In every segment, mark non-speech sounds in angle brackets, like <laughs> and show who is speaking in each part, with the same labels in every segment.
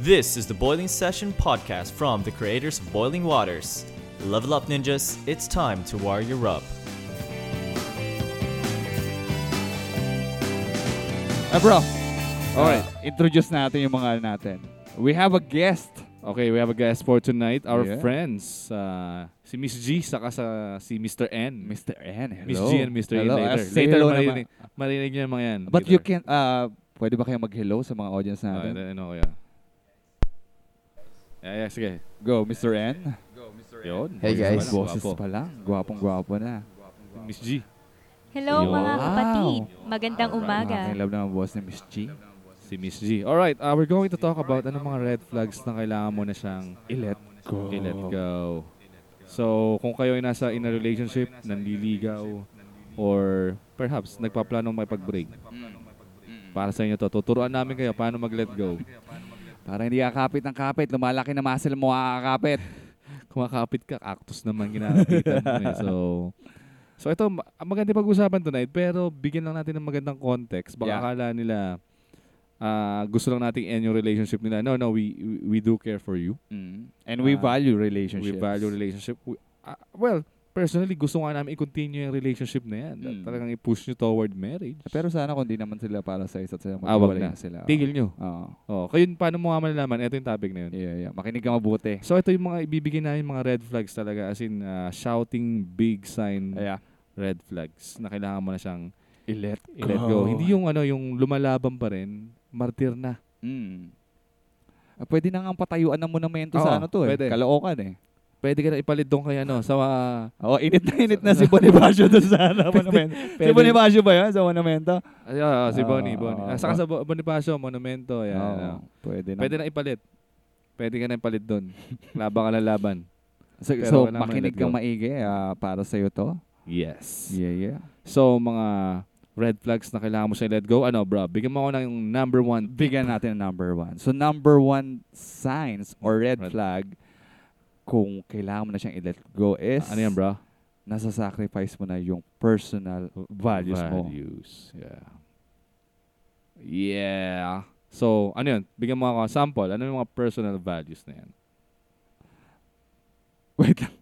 Speaker 1: This is the Boiling Session podcast from the creators of Boiling Waters. Level up, ninjas. It's time to wire your up.
Speaker 2: Ah, bro. Alright, introduce natin yung mga ano natin. We have a guest.
Speaker 3: Okay, we have a guest for tonight. Our
Speaker 2: Yeah.
Speaker 3: friends, uh, si Miss G, saka sa, si Mr. N.
Speaker 2: Mr. N, hello.
Speaker 3: Miss G and Mr.
Speaker 2: Hello.
Speaker 3: N
Speaker 2: Ah,
Speaker 3: later.
Speaker 2: say
Speaker 3: later,
Speaker 2: hello
Speaker 3: marinig,
Speaker 2: naman.
Speaker 3: marinig niyo yung mga yan.
Speaker 2: But you can, uh, pwede ba kayo mag-hello sa mga audience
Speaker 3: Uh,
Speaker 2: natin?
Speaker 3: ano kaya? Yeah, yeah, sige.
Speaker 2: Go, Mr. N.
Speaker 3: Yun.
Speaker 4: Hey, guys.
Speaker 3: Walang
Speaker 2: Boses pa
Speaker 3: guwapo.
Speaker 2: lang. Gwapong-gwapo na.
Speaker 3: Miss G.
Speaker 5: Hello
Speaker 3: Yun.
Speaker 5: mga
Speaker 2: Wow.
Speaker 5: kapatid. Magandang
Speaker 2: Mga
Speaker 5: umaga.
Speaker 2: love ng boss ni Miss G.
Speaker 3: Si Miss G. Alright, uh, we're going to talk about anong mga red flags na kailangan mo na siyang
Speaker 2: I-let go.
Speaker 3: i-let go. So, kung kayo ay nasa in a relationship, nanliligaw, or perhaps nagpaplanong may pag-break, para sa inyo to, tuturuan namin kayo paano mag-let go.
Speaker 2: Para hindi kakapit ng kapit, lumalaki na muscle mo kakapit.
Speaker 3: kumakapit ka, cactus naman ginakapitan mo eh. So, so ito, ma- maganda pag-usapan tonight, pero bigyan lang natin ng magandang context. Baka
Speaker 2: Yeah.
Speaker 3: akala nila, ah, gusto lang nating end yung relationship nila. No, no, we we- we do care for you.
Speaker 2: And we
Speaker 3: Ah,
Speaker 2: value relationships.
Speaker 3: We value relationship. We- ah, well, personally, gusto nga namin i-continue yung relationship na yan.
Speaker 2: Mm.
Speaker 3: Talagang i-push nyo toward marriage.
Speaker 2: Pero sana kung di naman sila para sa isa't sila,
Speaker 3: Ah, wag
Speaker 2: maghiwalay
Speaker 3: na.
Speaker 2: na sila.
Speaker 3: Tigil nyo.
Speaker 2: Oo.
Speaker 3: Oh, kayo, paano mo nga malalaman? Ito yung topic na yun.
Speaker 2: Yeah, yeah. Makinig ka mabuti.
Speaker 3: So, ito yung mga ibibigay namin mga red flags talaga. As in, ah, shouting big sign
Speaker 2: Yeah.
Speaker 3: red flags na kailangan mo na siyang
Speaker 2: I-let
Speaker 3: i-let go. Hindi yung ano, yung lumalaban pa rin, martir na.
Speaker 2: Mm. Ah, pwede na nga patayuan ng monumento
Speaker 3: Oo,
Speaker 2: sa ano to eh.
Speaker 3: pwede.
Speaker 2: Kaloocan eh.
Speaker 3: Pwede ka na ipalit doon kay ano, sa ah,
Speaker 2: Oo, init na init <laughs> na si Bonifacio doon sa ano,
Speaker 3: <laughs>
Speaker 2: monumento. si
Speaker 3: pwede-
Speaker 2: Bonifacio ba yun sa monumento?
Speaker 3: ah, ah, si Bonnie,
Speaker 2: Ah,
Speaker 3: Bonnie.
Speaker 2: ah,
Speaker 3: Ah, saka sa Bo- Bonifacio, Monumento, ayan.
Speaker 2: Oo,
Speaker 3: ano.
Speaker 2: pwede na.
Speaker 3: Pwede na ipalit. Pwede ka na ipalit doon. Laban ka na laban.
Speaker 2: So,
Speaker 3: pero
Speaker 2: so
Speaker 3: kailangan mo
Speaker 2: makinig
Speaker 3: i-let go.
Speaker 2: kang maigi ah, para sa'yo to.
Speaker 3: Yes.
Speaker 2: Yeah, yeah.
Speaker 3: So, mga red flags na kailangan mo siya i-let go, ano bro, bigyan mo ako ng number one.
Speaker 2: Bigyan natin ng number one. So, number one signs or red,
Speaker 3: Red.
Speaker 2: flag kung kailangan mo na siyang i-let go is
Speaker 3: Ano yan bro?
Speaker 2: nasa sacrifice mo na yung personal values, mo.
Speaker 3: Values. Yeah. Yeah. So, ano yun? Bigyan mo ako ng sample. Ano yung mga personal values na yan?
Speaker 2: <laughs> Wait
Speaker 3: <laughs>
Speaker 2: lang.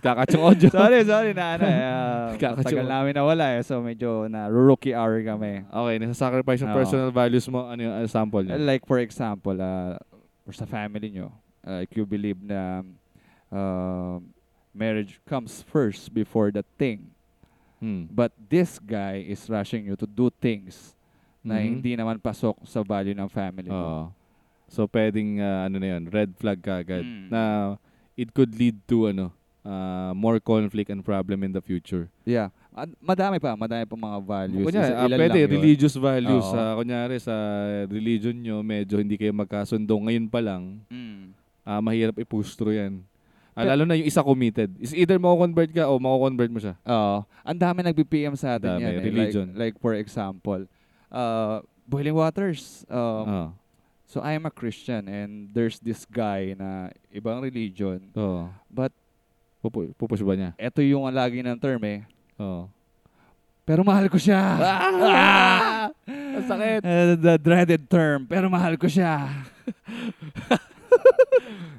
Speaker 3: Kakachong audio. <laughs>
Speaker 2: sorry, sorry na ano. eh, ah,
Speaker 3: Kakacho.
Speaker 2: tagal namin nawala eh. So medyo na rookie hour kami.
Speaker 3: Okay, nasasacrifice yung
Speaker 2: Oo.
Speaker 3: personal values mo. Ano yung ano yung sample niya?
Speaker 2: Like for example, ah, or sa family nyo, ah, like you believe na um, marriage comes first before the thing.
Speaker 3: Hmm.
Speaker 2: But this guy is rushing you to do things na
Speaker 3: Mhm.
Speaker 2: hindi naman pasok sa value ng family mo.
Speaker 3: Oo. So, pwedeng, ah, ano na yun, red flag ka agad.
Speaker 2: Mm.
Speaker 3: Na it could lead to, ano, ah, more conflict and problem in the future.
Speaker 2: Yeah. An- madami pa, madami pa mga values.
Speaker 3: Kunyari,
Speaker 2: Isa-
Speaker 3: ah,
Speaker 2: ilan
Speaker 3: pwede,
Speaker 2: lang yun.
Speaker 3: religious values.
Speaker 2: Oo.
Speaker 3: Ah, kunyari, sa religion nyo, medyo hindi kayo magkasundo. Ngayon pa lang,
Speaker 2: Mm.
Speaker 3: Ah, mahirap i-push through yan. Ah,
Speaker 2: Pe-
Speaker 3: lalo na yung isa committed. Is either mako-convert ka o mako-convert mo siya.
Speaker 2: Oo. Ang dami nagpi-PM sa atin
Speaker 3: Dami.
Speaker 2: yan. eh.
Speaker 3: Religion.
Speaker 2: Like, like for example, uh, Boiling Waters. Um,
Speaker 3: Oo.
Speaker 2: So I am a Christian and there's this guy na ibang religion.
Speaker 3: Oo.
Speaker 2: But
Speaker 3: Pupu- pupush ba niya?
Speaker 2: eto yung ang lagi ng term eh.
Speaker 3: Oo.
Speaker 2: Pero mahal ko siya. <laughs> Ah!
Speaker 3: Ang sakit.
Speaker 2: Uh, the dreaded term. Pero mahal ko siya.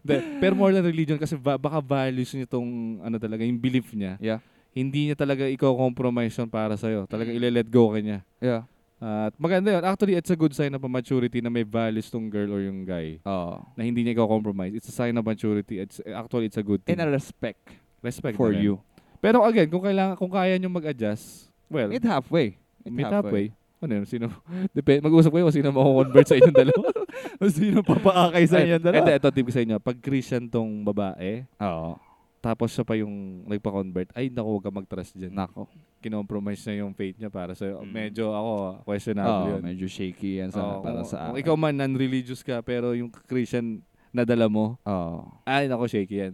Speaker 3: Hindi.
Speaker 2: <gasps>
Speaker 3: Pero more than religion kasi ba- baka values niya tong ano talaga, yung belief niya.
Speaker 2: Yeah.
Speaker 3: Hindi niya talaga i-compromise yun para sa'yo.
Speaker 2: Mm.
Speaker 3: Talaga ile-let go ka niya.
Speaker 2: Yeah.
Speaker 3: Ah, At maganda yun. Actually, it's a good sign of maturity na may values tong girl or yung guy
Speaker 2: Oh.
Speaker 3: na hindi niya i-compromise. It's a sign of maturity. It's, actually, it's a good thing.
Speaker 2: In a respect
Speaker 3: Respect
Speaker 2: for
Speaker 3: na rin.
Speaker 2: you.
Speaker 3: Pero again, kung, kailangan, kung kaya niyo mag-adjust, well,
Speaker 2: Meet halfway.
Speaker 3: Meet halfway. Ano yun? <laughs> Sino? Depende. Mag-usap kayo kung sino mako-convert sa inyong dalawa.
Speaker 2: Sino papaakay <laughs> sa inyo
Speaker 3: Ito,
Speaker 2: dalawa?
Speaker 3: ito, tip ko sa inyo. Pag Christian tong babae,
Speaker 2: Oo.
Speaker 3: tapos siya pa yung nagpa-convert, ay naku, huwag ka mag-trust dyan.
Speaker 2: Nako.
Speaker 3: Kinompromise niya yung faith niya para sa'yo.
Speaker 2: Mm.
Speaker 3: Medyo ako, questionable
Speaker 2: Oo,
Speaker 3: yun.
Speaker 2: medyo shaky yan sa,
Speaker 3: Oo,
Speaker 2: para
Speaker 3: kung-
Speaker 2: sa
Speaker 3: Kung ikaw man, non-religious ka, pero yung Christian na dala mo,
Speaker 2: Oo.
Speaker 3: ay naku, shaky yan.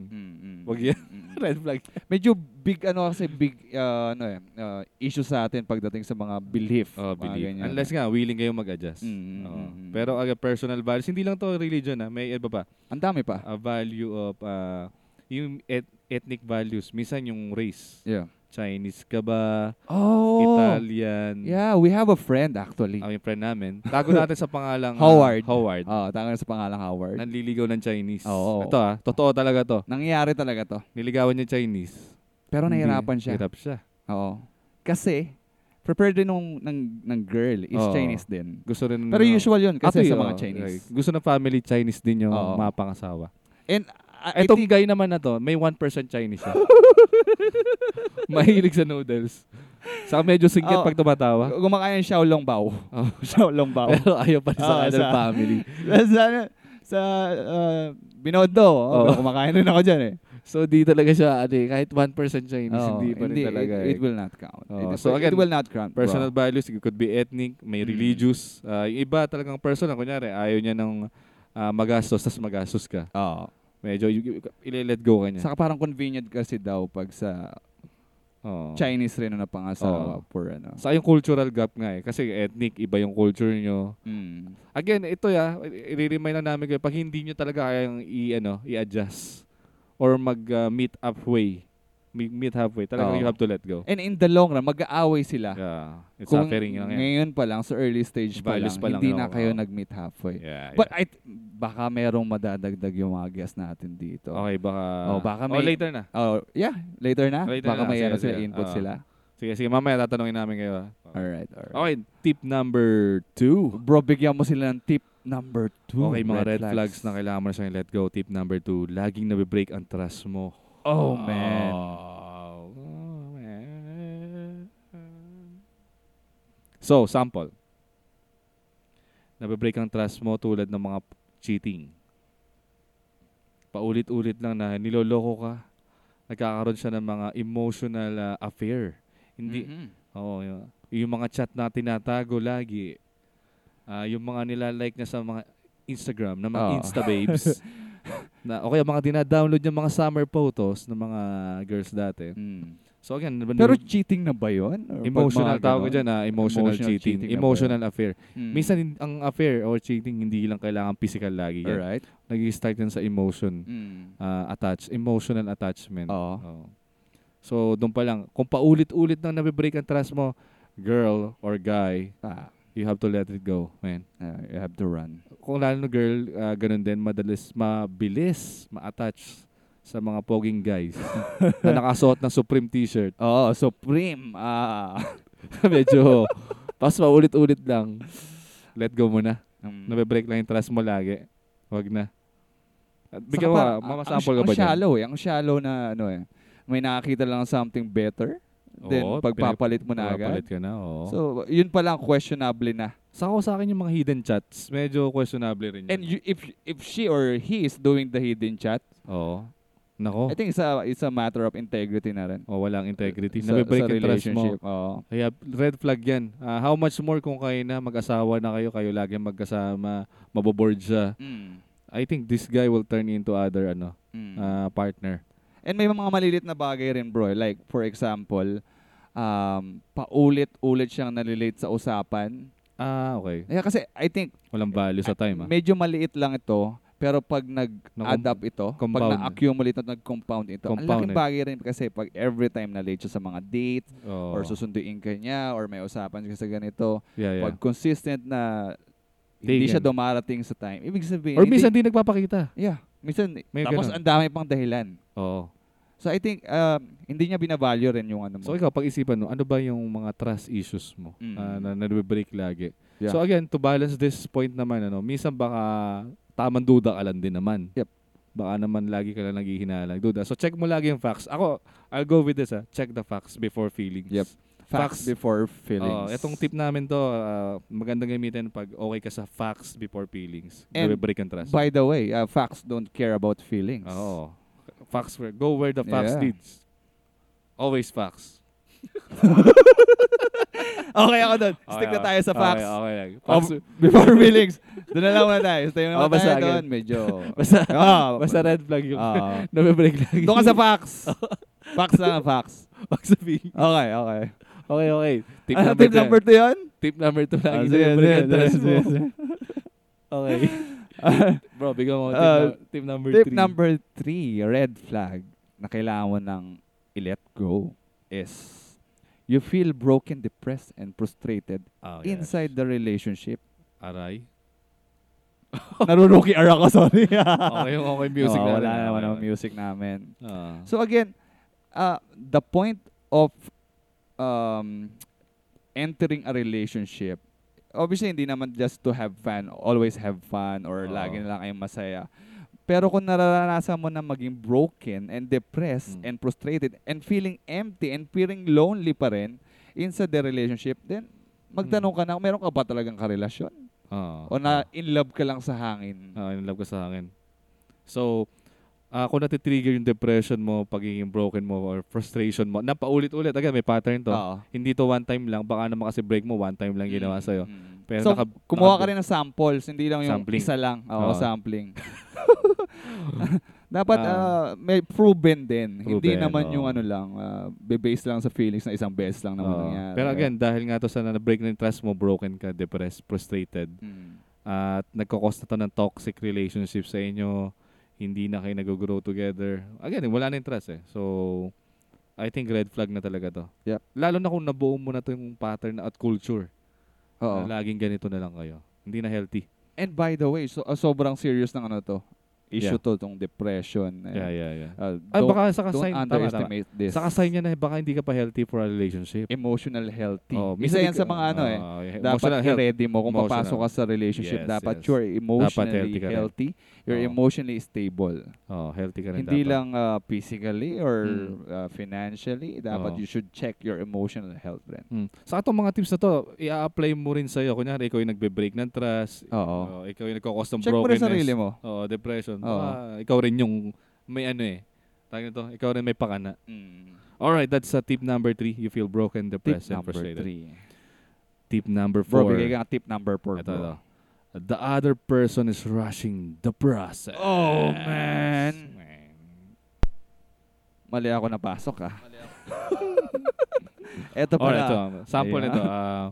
Speaker 3: Wag yan.
Speaker 2: <laughs>
Speaker 3: Red flag.
Speaker 2: Medyo big ano kasi big uh, ano eh uh, issue sa atin pagdating sa mga belief.
Speaker 3: Oh,
Speaker 2: mga
Speaker 3: believe.
Speaker 2: ganyan.
Speaker 3: Unless nga, willing kayong mag-adjust.
Speaker 2: Mm, mm,
Speaker 3: Oo.
Speaker 2: mm, mm.
Speaker 3: Pero aga personal values, hindi lang to religion ha, may iba pa.
Speaker 2: ang dami
Speaker 3: Ah.
Speaker 2: pa.
Speaker 3: a value of uh, yung et- ethnic values, minsan yung race.
Speaker 2: Yeah.
Speaker 3: Chinese ka ba?
Speaker 2: Oh.
Speaker 3: Italian?
Speaker 2: Yeah,
Speaker 3: Ah,
Speaker 2: we have a friend actually.
Speaker 3: Ang yung friend namin. Tago natin sa pangalang
Speaker 2: <laughs>
Speaker 3: ah,
Speaker 2: Howard.
Speaker 3: Howard.
Speaker 2: Oh, tanga na sa pangalang Howard.
Speaker 3: Nanliligaw ng Chinese.
Speaker 2: Oo.
Speaker 3: Ito ah, totoo talaga to.
Speaker 2: Nangyayari talaga to.
Speaker 3: Niligawan niya Chinese.
Speaker 2: Pero
Speaker 3: Hindi,
Speaker 2: nahirapan siya.
Speaker 3: Hirap siya.
Speaker 2: Oo. Kasi prepared din nung ng, ng girl is
Speaker 3: Oo.
Speaker 2: Chinese din.
Speaker 3: Gusto rin
Speaker 2: Pero
Speaker 3: ng-
Speaker 2: usual yun kasi
Speaker 3: Actually,
Speaker 2: sa mga
Speaker 3: oo,
Speaker 2: Chinese.
Speaker 3: right. Gusto ng family Chinese din yung
Speaker 2: Oo.
Speaker 3: mga pangasawa.
Speaker 2: And uh, I
Speaker 3: Itong
Speaker 2: think-
Speaker 3: guy naman na to, may 1% Chinese
Speaker 2: <laughs>
Speaker 3: siya. Mahilig sa noodles. Saka medyo singkit
Speaker 2: Oo.
Speaker 3: pag tumatawa.
Speaker 2: gumakain ng Xiaolong Bao. <laughs>
Speaker 3: Oh.
Speaker 2: Xiaolong Bao.
Speaker 3: Pero ayaw pa rin sa
Speaker 2: Oo,
Speaker 3: other
Speaker 2: sa-
Speaker 3: family.
Speaker 2: sa sa uh, Binondo, oh,
Speaker 3: Oo.
Speaker 2: kumakain rin ako dyan eh.
Speaker 3: So di talaga siya, ano, eh, kahit 1% Chinese,
Speaker 2: Oo,
Speaker 3: <laughs> hindi pa rin talaga.
Speaker 2: It,
Speaker 3: eh.
Speaker 2: it will not count.
Speaker 3: Oo.
Speaker 2: It,
Speaker 3: So
Speaker 2: it
Speaker 3: again,
Speaker 2: will not count. bro.
Speaker 3: personal values, it could be ethnic, may
Speaker 2: Mm.
Speaker 3: religious. Ah, yung iba talagang personal, kunyari, ayaw niya ng ah, magastos, tas magastos ka.
Speaker 2: Oo.
Speaker 3: Medyo y- y- ile-let go ka niya.
Speaker 2: Oh. Saka parang convenient kasi daw pag sa
Speaker 3: Oo.
Speaker 2: Chinese rin na
Speaker 3: Oh.
Speaker 2: pangasawa for ano.
Speaker 3: Saka yung cultural gap nga eh. Kasi ethnic, iba yung culture nyo.
Speaker 2: Mm.
Speaker 3: Again, ito ya, i-remind lang namin kayo, pag hindi nyo talaga kayang i, ano, i-adjust or mag-meet halfway, mi- meet halfway, talaga
Speaker 2: Oo.
Speaker 3: you have to let go.
Speaker 2: And in the long run, mag-aaway sila.
Speaker 3: Yeah.
Speaker 2: Eh,
Speaker 3: It's
Speaker 2: Kung
Speaker 3: suffering lang yan.
Speaker 2: ngayon pa lang, sa early stage pa lang,
Speaker 3: Values pa lang
Speaker 2: hindi
Speaker 3: yun,
Speaker 2: na kayo
Speaker 3: oo.
Speaker 2: nag-meet halfway.
Speaker 3: Yeah,
Speaker 2: But
Speaker 3: yeah.
Speaker 2: I, th- baka merong madadagdag yung mga guests natin dito.
Speaker 3: okay, baka...
Speaker 2: Oh, baka
Speaker 3: oh,
Speaker 2: may-
Speaker 3: later na.
Speaker 2: Oh, yeah, later na.
Speaker 3: Later
Speaker 2: baka
Speaker 3: na,
Speaker 2: may
Speaker 3: sige,
Speaker 2: ano sila,
Speaker 3: sige. Oh.
Speaker 2: input
Speaker 3: Oo.
Speaker 2: sila.
Speaker 3: Sige, sige, mamaya tatanungin namin kayo. ah.
Speaker 2: Alright, alright.
Speaker 3: Okay, tip number two.
Speaker 2: Bro, bigyan mo sila ng tip number two.
Speaker 3: Okay, mga red, flags. na kailangan mo na siyang let go. Tip number two, laging nabibreak ang trust mo.
Speaker 2: Oh, man.
Speaker 3: Oh, man. So, sample. Nabibreak ang trust mo tulad ng mga cheating. Paulit-ulit lang na niloloko ka. Nagkakaroon siya ng mga emotional ah, affair. Hindi,
Speaker 2: Mm-hmm.
Speaker 3: Oo, yung, yung mga chat na tinatago lagi. Ah, yung mga nilalike niya sa mga Instagram, na mga
Speaker 2: Oo.
Speaker 3: Insta
Speaker 2: <laughs>
Speaker 3: babes. <laughs> na, okay, mga dinadownload niya mga summer photos ng mga girls dati.
Speaker 2: Mm.
Speaker 3: So again,
Speaker 2: Pero
Speaker 3: nab-
Speaker 2: cheating na ba yun? Or
Speaker 3: emotional
Speaker 2: pag mga
Speaker 3: tawag ko
Speaker 2: ganon?
Speaker 3: dyan ah, emotional,
Speaker 2: Emotional
Speaker 3: cheating,
Speaker 2: cheating na ba
Speaker 3: emotional affair.
Speaker 2: Mm.
Speaker 3: Minsan hin- ang affair or cheating hindi lang kailangan physical lagi yan.
Speaker 2: Alright.
Speaker 3: Nag-start yan sa emotion,
Speaker 2: Mm.
Speaker 3: ah, attach, emotional attachment.
Speaker 2: Oo.
Speaker 3: Oo. So doon pa lang, kung paulit-ulit nang nabibreak ang trust mo, girl or guy,
Speaker 2: Ah,
Speaker 3: you have to let it go, man.
Speaker 2: ah, you have to run.
Speaker 3: Kung lalo na girl, ah, ganun din, madalas mabilis, ma-attach sa mga poging
Speaker 2: <laughs>
Speaker 3: guys na nakasuot ng Supreme t-shirt. <laughs>
Speaker 2: Oh, supreme. Ah.
Speaker 3: Medyo, pas paulit-ulit lang, let go mo na.
Speaker 2: Mm.
Speaker 3: Nabibreak lang yung trust mo lagi. Wag na. At
Speaker 2: Saka
Speaker 3: bigyan mo,
Speaker 2: parang,
Speaker 3: ah,
Speaker 2: ah, ang
Speaker 3: mamasample
Speaker 2: sh-
Speaker 3: ka ba
Speaker 2: Ang
Speaker 3: dyan?
Speaker 2: shallow eh. Ang shallow na ano eh. May nakakita lang something better. Then
Speaker 3: Oo,
Speaker 2: pagpapalit mo na agad.
Speaker 3: Papalit ka na, oo. So,
Speaker 2: So, yun pa lang questionable na.
Speaker 3: sa ako sa akin yung mga hidden chats, medyo questionable rin yun.
Speaker 2: And you, if if she or he is doing the hidden chat,
Speaker 3: oo. Nako,
Speaker 2: I think it's a, it's a matter of integrity na rin.
Speaker 3: o walang integrity.
Speaker 2: Sa- sa
Speaker 3: Nabibreak yung trust mo.
Speaker 2: relationship, oo.
Speaker 3: Kaya red flag yan. Ah, how much more kung kayo na mag-asawa na kayo, kayo lagi magkasama, maboboard siya.
Speaker 2: Mm,
Speaker 3: I think this guy will turn into other ano ah, partner.
Speaker 2: And may mga malilit na bagay rin, bro. Like, for example, um, paulit-ulit siyang nalilate sa usapan.
Speaker 3: Ah, okay.
Speaker 2: Kaya kasi, I think,
Speaker 3: Walang value sa time. ah.
Speaker 2: medyo maliit lang ito, pero pag nag-add
Speaker 3: Nakum-
Speaker 2: up ito,
Speaker 3: compound.
Speaker 2: pag na-accumulate at nag-compound ito, ang
Speaker 3: Compound
Speaker 2: laking
Speaker 3: eh.
Speaker 2: bagay rin kasi pag every time na-late siya sa mga date,
Speaker 3: Oo.
Speaker 2: or susunduin ka niya, or may usapan siya sa ganito,
Speaker 3: yeah, yeah.
Speaker 2: pag consistent na hindi
Speaker 3: Taken.
Speaker 2: siya dumarating sa time, ibig sabihin,
Speaker 3: Or
Speaker 2: hindi-
Speaker 3: minsan di nagpapakita.
Speaker 2: yeah, minsan,
Speaker 3: May
Speaker 2: tapos
Speaker 3: ganun.
Speaker 2: ang dami pang dahilan.
Speaker 3: Oo.
Speaker 2: So I think um, hindi niya binavalue rin yung ano mo.
Speaker 3: So ikaw, pag-isipan mo, ano ba yung mga trust issues mo
Speaker 2: Mm.
Speaker 3: ah, na nabibreak lagi?
Speaker 2: Yeah.
Speaker 3: So again, to balance this point naman, ano, minsan baka tamang duda ka lang din naman.
Speaker 2: Yep.
Speaker 3: Baka naman lagi ka lang naghihinalang duda. So check mo lagi yung facts. Ako, I'll go with this ah. Check the facts before feelings.
Speaker 2: Yep. facts,
Speaker 3: facts.
Speaker 2: before
Speaker 3: Oo,
Speaker 2: feelings.
Speaker 3: itong tip namin to, ah, magandang gamitin pag okay ka sa facts before feelings.
Speaker 2: And
Speaker 3: break and trust.
Speaker 2: By the way, uh, facts don't care about feelings.
Speaker 3: Oo. Facts where, go where the facts
Speaker 2: Yeah.
Speaker 3: leads. Always facts.
Speaker 2: Okay ako doon. Stick na
Speaker 3: Okay, ah.
Speaker 2: tayo sa
Speaker 3: okay,
Speaker 2: facts.
Speaker 3: Okay, okay.
Speaker 2: Oh,
Speaker 3: Facts.
Speaker 2: before feelings. Doon na lang muna tayo. Stay na
Speaker 3: Oh,
Speaker 2: naman
Speaker 3: basta
Speaker 2: tayo
Speaker 3: again.
Speaker 2: doon. Medyo... <laughs>
Speaker 3: Basta,
Speaker 2: Ah,
Speaker 3: <laughs> basta red flag yung
Speaker 2: <laughs>
Speaker 3: <laughs>
Speaker 2: ah.
Speaker 3: nabibreak lagi.
Speaker 2: doon ka sa
Speaker 3: <laughs>
Speaker 2: facts. facts lang ang facts.
Speaker 3: Facts sa feelings.
Speaker 2: Okay, okay.
Speaker 3: Okay, okay. Tip
Speaker 2: Ano,
Speaker 3: number
Speaker 2: tip number two yun?
Speaker 3: Tip number two
Speaker 2: Ah,
Speaker 3: lagi
Speaker 2: sige,
Speaker 3: na break and
Speaker 2: sige,
Speaker 3: trust
Speaker 2: sige,
Speaker 3: mo.
Speaker 2: sige.
Speaker 3: <laughs> Okay. Bro, bigyan mo. Tip,
Speaker 2: Ah,
Speaker 3: num- tip number
Speaker 2: Tip
Speaker 3: three.
Speaker 2: number three, red flag na kailangan mo nang i-let go. is you feel broken, depressed, and frustrated
Speaker 3: Oh,
Speaker 2: inside the relationship. <laughs>
Speaker 3: Aray.
Speaker 2: Naruruki ara ko, sorry.
Speaker 3: <laughs> Okay yung okay music
Speaker 2: Oo,
Speaker 3: na.
Speaker 2: Ah. Wala naman ang music namin.
Speaker 3: Ah.
Speaker 2: So again, uh, the point of um, entering a relationship, obviously hindi naman just to have fun, always have fun or
Speaker 3: Oo.
Speaker 2: lagi na lang kayong masaya. Pero kung nararanasan mo na maging broken and depressed
Speaker 3: Mm.
Speaker 2: and frustrated and feeling empty and feeling lonely pa rin inside the relationship, then magtanong ka
Speaker 3: Hmm.
Speaker 2: na, meron ka ba talagang karelasyon?
Speaker 3: ah.
Speaker 2: O na in love ka lang sa hangin?
Speaker 3: Ah, in love ka sa akin. So, ah, kung natitrigger yung depression mo, pagiging broken mo, or frustration mo, napaulit-ulit. Again, may pattern to.
Speaker 2: Oo.
Speaker 3: Hindi to one time lang. Baka naman kasi break mo, one time lang ginawa
Speaker 2: Ah.
Speaker 3: sa'yo.
Speaker 2: Mm.
Speaker 3: Pero
Speaker 2: so,
Speaker 3: naka-
Speaker 2: kumuha ka
Speaker 3: naka-
Speaker 2: rin ng samples, hindi lang yung
Speaker 3: Sampling.
Speaker 2: isa lang. Oo,
Speaker 3: Oo.
Speaker 2: sampling. <laughs> Dapat
Speaker 3: Ah.
Speaker 2: ah, may proven din. hindi
Speaker 3: Proven,
Speaker 2: naman
Speaker 3: oo.
Speaker 2: yung ano lang, ah, be-based lang sa feelings na isang beses lang naman
Speaker 3: Oo.
Speaker 2: Ano nangyari.
Speaker 3: Pero again, dahil nga to sa na-break na yung trust mo, broken ka, depressed, frustrated,
Speaker 2: Mm.
Speaker 3: at nagkakos na to ng toxic relationship sa inyo, hindi na kayo nag-grow together. Again, wala na yung trust eh. So, I think red flag na talaga to.
Speaker 2: Yep.
Speaker 3: Lalo na kung nabuo mo na to yung pattern at culture.
Speaker 2: Oo.
Speaker 3: Na laging ganito na lang kayo. Hindi na healthy.
Speaker 2: And by the way, so, ah, sobrang serious ng ano to. Issue to,
Speaker 3: Yeah.
Speaker 2: tong depression. and,
Speaker 3: Yeah, yeah, yeah.
Speaker 2: ah,
Speaker 3: Ay,
Speaker 2: don't,
Speaker 3: baka sa
Speaker 2: don't
Speaker 3: kasayin, tama, tama.
Speaker 2: underestimate this.
Speaker 3: Sa kasayin niya na eh, baka hindi ka pa healthy for a relationship.
Speaker 2: Emotional healthy.
Speaker 3: Oh,
Speaker 2: Isa
Speaker 3: minsan
Speaker 2: yan
Speaker 3: di
Speaker 2: sa
Speaker 3: ka- Oh,
Speaker 2: mga ano eh.
Speaker 3: Oo, yeah, emotional
Speaker 2: dapat
Speaker 3: health.
Speaker 2: i-ready mo kung
Speaker 3: Emotional.
Speaker 2: papasok ka sa relationship.
Speaker 3: Yes,
Speaker 2: dapat
Speaker 3: yes.
Speaker 2: you are emotionally
Speaker 3: healthy
Speaker 2: healthy,
Speaker 3: ka rin.
Speaker 2: you're
Speaker 3: Oo.
Speaker 2: emotionally stable.
Speaker 3: Oh, healthy ka rin
Speaker 2: Hindi
Speaker 3: dapat.
Speaker 2: lang uh, physically or
Speaker 3: Mm.
Speaker 2: uh, financially, dapat
Speaker 3: Oo.
Speaker 2: you should check your emotional health rin.
Speaker 3: Hmm. Sa itong mga tips na to, i-apply mo rin sa'yo. Kunyari, ikaw yung nagbe-break ng trust.
Speaker 2: Oo.
Speaker 3: Oh, ikaw yung nagkakos ng
Speaker 2: Check mo rin
Speaker 3: brokenness.
Speaker 2: sarili mo.
Speaker 3: Oo, depression.
Speaker 2: Oo.
Speaker 3: Baka ikaw rin yung may ano eh. Tawag nito, ikaw rin may pakana. Alright, that's uh, tip number three. You feel broken,
Speaker 2: Tip
Speaker 3: depressed, Hmm. and
Speaker 2: number
Speaker 3: frustrated.
Speaker 2: three.
Speaker 3: Tip number
Speaker 2: Bro,
Speaker 3: four.
Speaker 2: bigay ka ng tip number four.
Speaker 3: Ito,
Speaker 2: bro.
Speaker 3: ito. The other person is rushing the process.
Speaker 2: Oh, man. Mali ako napasok ah. <laughs> ito
Speaker 3: Alright,
Speaker 2: pala.
Speaker 3: ito. Sample
Speaker 2: Ayan.
Speaker 3: nito. Uh,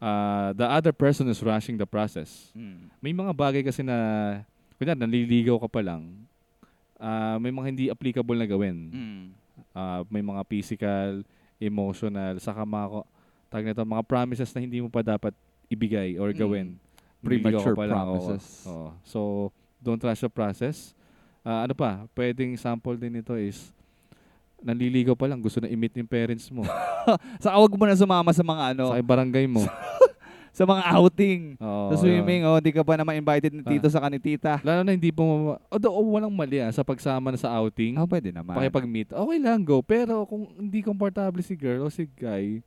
Speaker 3: uh, the other person is rushing the process.
Speaker 2: Mm.
Speaker 3: May mga bagay kasi na, kunyari, naliligaw ka pa lang. ah, may mga hindi applicable na gawin.
Speaker 2: Mm.
Speaker 3: Ah, may mga physical, emotional, saka mga, ko- tag nito, mga promises na hindi mo pa dapat ibigay or
Speaker 2: Mm.
Speaker 3: gawin. Naliligaw ka
Speaker 2: Premature
Speaker 3: pa lang, oo.
Speaker 2: promises.
Speaker 3: Oo. So, don't rush the process. Ah, ano pa, pwedeng sample din nito is, naliligaw pa lang, gusto na i-meet yung parents
Speaker 2: <laughs>
Speaker 3: mo.
Speaker 2: Sa awag mo na sumama sa mga ano,
Speaker 3: Sa barangay
Speaker 2: <laughs>
Speaker 3: mo.
Speaker 2: sa mga outing.
Speaker 3: Oo,
Speaker 2: sa swimming,
Speaker 3: yun.
Speaker 2: oh, hindi ka pa naman invited ni
Speaker 3: Ah.
Speaker 2: tito sa kanitita.
Speaker 3: Lalo na hindi po, although oh, walang mali ah, sa pagsama na sa outing,
Speaker 2: Oh, pwede naman.
Speaker 3: pakipag-meet, okay lang, go. Pero kung hindi komportable si girl o si guy,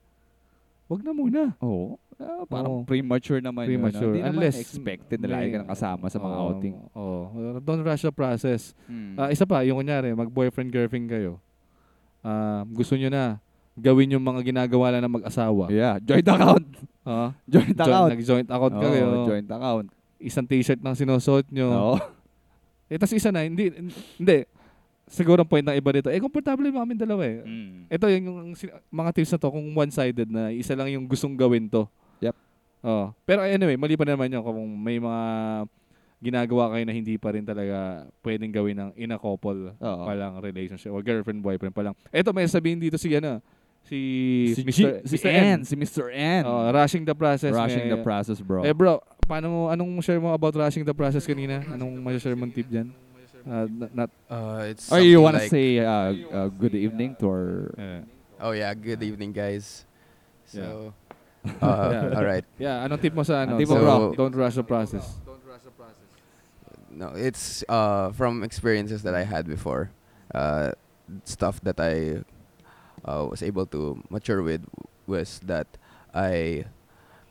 Speaker 3: wag na muna.
Speaker 2: Oo. Ah, parang
Speaker 3: Oo.
Speaker 2: premature naman
Speaker 3: Premature.
Speaker 2: yun. no? Hindi
Speaker 3: Unless- um,
Speaker 2: naman expected na lagi ka nang kasama sa mga
Speaker 3: Oo,
Speaker 2: outing.
Speaker 3: Oo. oh, Don't rush the process.
Speaker 2: Mm.
Speaker 3: Ah, isa pa, yung kunyari, mag-boyfriend-girlfriend kayo. Ah, gusto nyo na gawin yung mga ginagawa lang ng mag-asawa.
Speaker 2: yeah, joint account. <laughs>
Speaker 3: Ah,
Speaker 2: Joint
Speaker 3: join-
Speaker 2: account.
Speaker 3: Nag-joint account oh.
Speaker 2: Oo,
Speaker 3: kayo.
Speaker 2: joint account.
Speaker 3: Isang t-shirt ng sinusuot
Speaker 2: Oo.
Speaker 3: nyo. Eh, tas isa na, hindi, hindi. Siguro ang point ng iba dito, eh, komportable ba kami dalawa eh. Ito yung, yung si- mga tips na to, kung one-sided na, isa lang yung gustong gawin to.
Speaker 2: Yep.
Speaker 3: Oh. Pero anyway, mali pa naman yun kung may mga ginagawa kayo na hindi pa rin talaga pwedeng gawin ng in a couple
Speaker 2: Oo.
Speaker 3: palang relationship or girlfriend boyfriend palang. Ito may sabihin dito si ano si
Speaker 2: Si, G,
Speaker 3: Mr.
Speaker 2: si
Speaker 3: Mr.
Speaker 2: N. Si Mr. N.
Speaker 3: Oh, rushing the process.
Speaker 2: Rushing
Speaker 3: may-
Speaker 2: the process, bro.
Speaker 3: Eh bro, paano mo anong share mo about rushing the process kanina? Anong ma-share mong tip diyan? Uh, not, not
Speaker 4: Uh, it's
Speaker 2: Or Oh, you
Speaker 4: something
Speaker 2: wanna
Speaker 4: like-
Speaker 2: say uh, uh, good evening to our...
Speaker 3: eh.
Speaker 4: Oh yeah, good evening, guys. So, uh,
Speaker 3: Yeah.
Speaker 4: all right.
Speaker 3: yeah, anong tip mo sa ano?
Speaker 2: Anong tip mo,
Speaker 3: So,
Speaker 4: bro?
Speaker 3: Don't rush the process.
Speaker 4: No, it's uh, from experiences that I had before, uh, stuff that I uh, was able to mature with was that I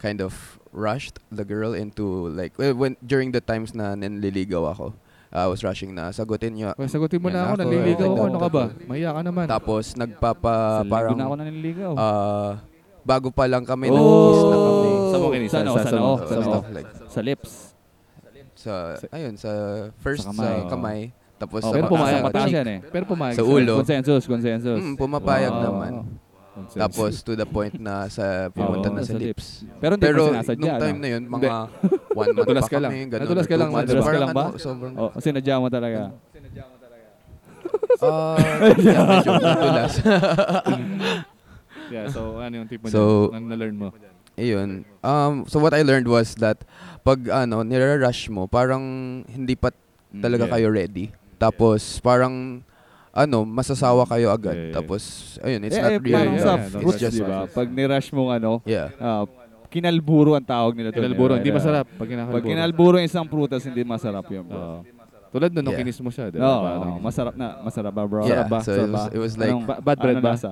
Speaker 4: kind of rushed the girl into like well, when during the times na nanliligaw ako, uh, I was rushing na sagutin niyo.
Speaker 3: Okay, sagutin mo
Speaker 4: Yan
Speaker 3: na ako,
Speaker 4: ako,
Speaker 3: naliligaw
Speaker 4: eh.
Speaker 3: ako, ano ka ba? Mahiya ka naman.
Speaker 4: Tapos nagpapa
Speaker 2: Sa linggo
Speaker 4: Ah, parang
Speaker 2: na ako naniligaw.
Speaker 3: Oh.
Speaker 4: uh, bago pa lang
Speaker 2: Oh!
Speaker 4: kami nag-kiss na kami.
Speaker 3: Sa mga kinis,
Speaker 2: Sa ano,
Speaker 3: sa-
Speaker 2: sa
Speaker 3: sa-
Speaker 2: ano,
Speaker 3: sa-
Speaker 2: sa
Speaker 3: sa-
Speaker 2: ano.
Speaker 4: stuff like
Speaker 2: Sa lips.
Speaker 4: sa,
Speaker 3: Sa-
Speaker 4: ayun sa first
Speaker 2: Sa kamay.
Speaker 4: sa kamay, tapos
Speaker 3: Oh,
Speaker 4: sa
Speaker 3: pero
Speaker 4: paa.
Speaker 3: pumayag
Speaker 2: Sa mata
Speaker 3: Patik.
Speaker 2: siya eh.
Speaker 3: Pero pumayag.
Speaker 4: Sa
Speaker 3: siya.
Speaker 4: ulo.
Speaker 2: Consensus, consensus.
Speaker 4: Mm, pumapayag
Speaker 3: Oo.
Speaker 4: naman. Tapos to the point na sa pumunta
Speaker 3: Oo,
Speaker 4: na
Speaker 2: sa
Speaker 4: sa lips.
Speaker 2: Pero hindi
Speaker 4: Pero
Speaker 2: pa sinasadya.
Speaker 4: nung time
Speaker 2: no?
Speaker 4: na yun, mga one month
Speaker 3: Nadulas
Speaker 4: pa
Speaker 3: ano? ka lang.
Speaker 4: kami, ganun,
Speaker 3: Nadulas ka
Speaker 4: two ano,
Speaker 3: lang, Oh.
Speaker 4: months.
Speaker 2: nadulas ka
Speaker 4: Parang
Speaker 2: lang ba?
Speaker 4: ano, sobrang,
Speaker 2: Oh, sinadya mo talaga.
Speaker 4: Uh, yeah, <laughs> medyo matulas.
Speaker 3: Yeah, so ano yung tip mo
Speaker 4: So-
Speaker 3: dyan? Ang na-learn mo?
Speaker 4: Ayun. Um, so what I learned was that pag ano, nire-rush mo, parang hindi pa
Speaker 2: Mm,
Speaker 4: talaga
Speaker 3: yeah. Mm,
Speaker 4: kayo ready. Tapos parang ano, masasawa kayo agad.
Speaker 3: Yeah, yeah, yeah.
Speaker 4: Tapos ayun, it's
Speaker 2: Eh,
Speaker 4: not
Speaker 2: eh,
Speaker 4: really
Speaker 2: parang sa
Speaker 3: yeah,
Speaker 2: diba?
Speaker 4: enough.
Speaker 3: yeah,
Speaker 4: it's
Speaker 2: foods,
Speaker 4: just
Speaker 2: di ba? Pag nirush mong ano,
Speaker 4: yeah.
Speaker 2: ah, kinalburo ang tawag nila. dun,
Speaker 3: Kinalburo,
Speaker 2: eh,
Speaker 3: hindi
Speaker 2: right?
Speaker 3: masarap pag kinakalburo.
Speaker 2: Pag kinalburo ang isang prutas, hindi masarap yun, bro.
Speaker 3: Oo. Tulad nun, nung
Speaker 4: Yeah.
Speaker 3: kinis mo siya, di
Speaker 2: Oo,
Speaker 3: ba?
Speaker 2: oo,
Speaker 3: Parang-
Speaker 2: masarap na. Masarap ba, bro?
Speaker 4: Yeah,
Speaker 2: Masarap ba?
Speaker 4: so
Speaker 2: Masarap
Speaker 4: it was-
Speaker 2: ba?
Speaker 4: it was like-
Speaker 2: Anong-
Speaker 3: Ba- bad bread
Speaker 2: anong
Speaker 3: ba?
Speaker 2: lasa?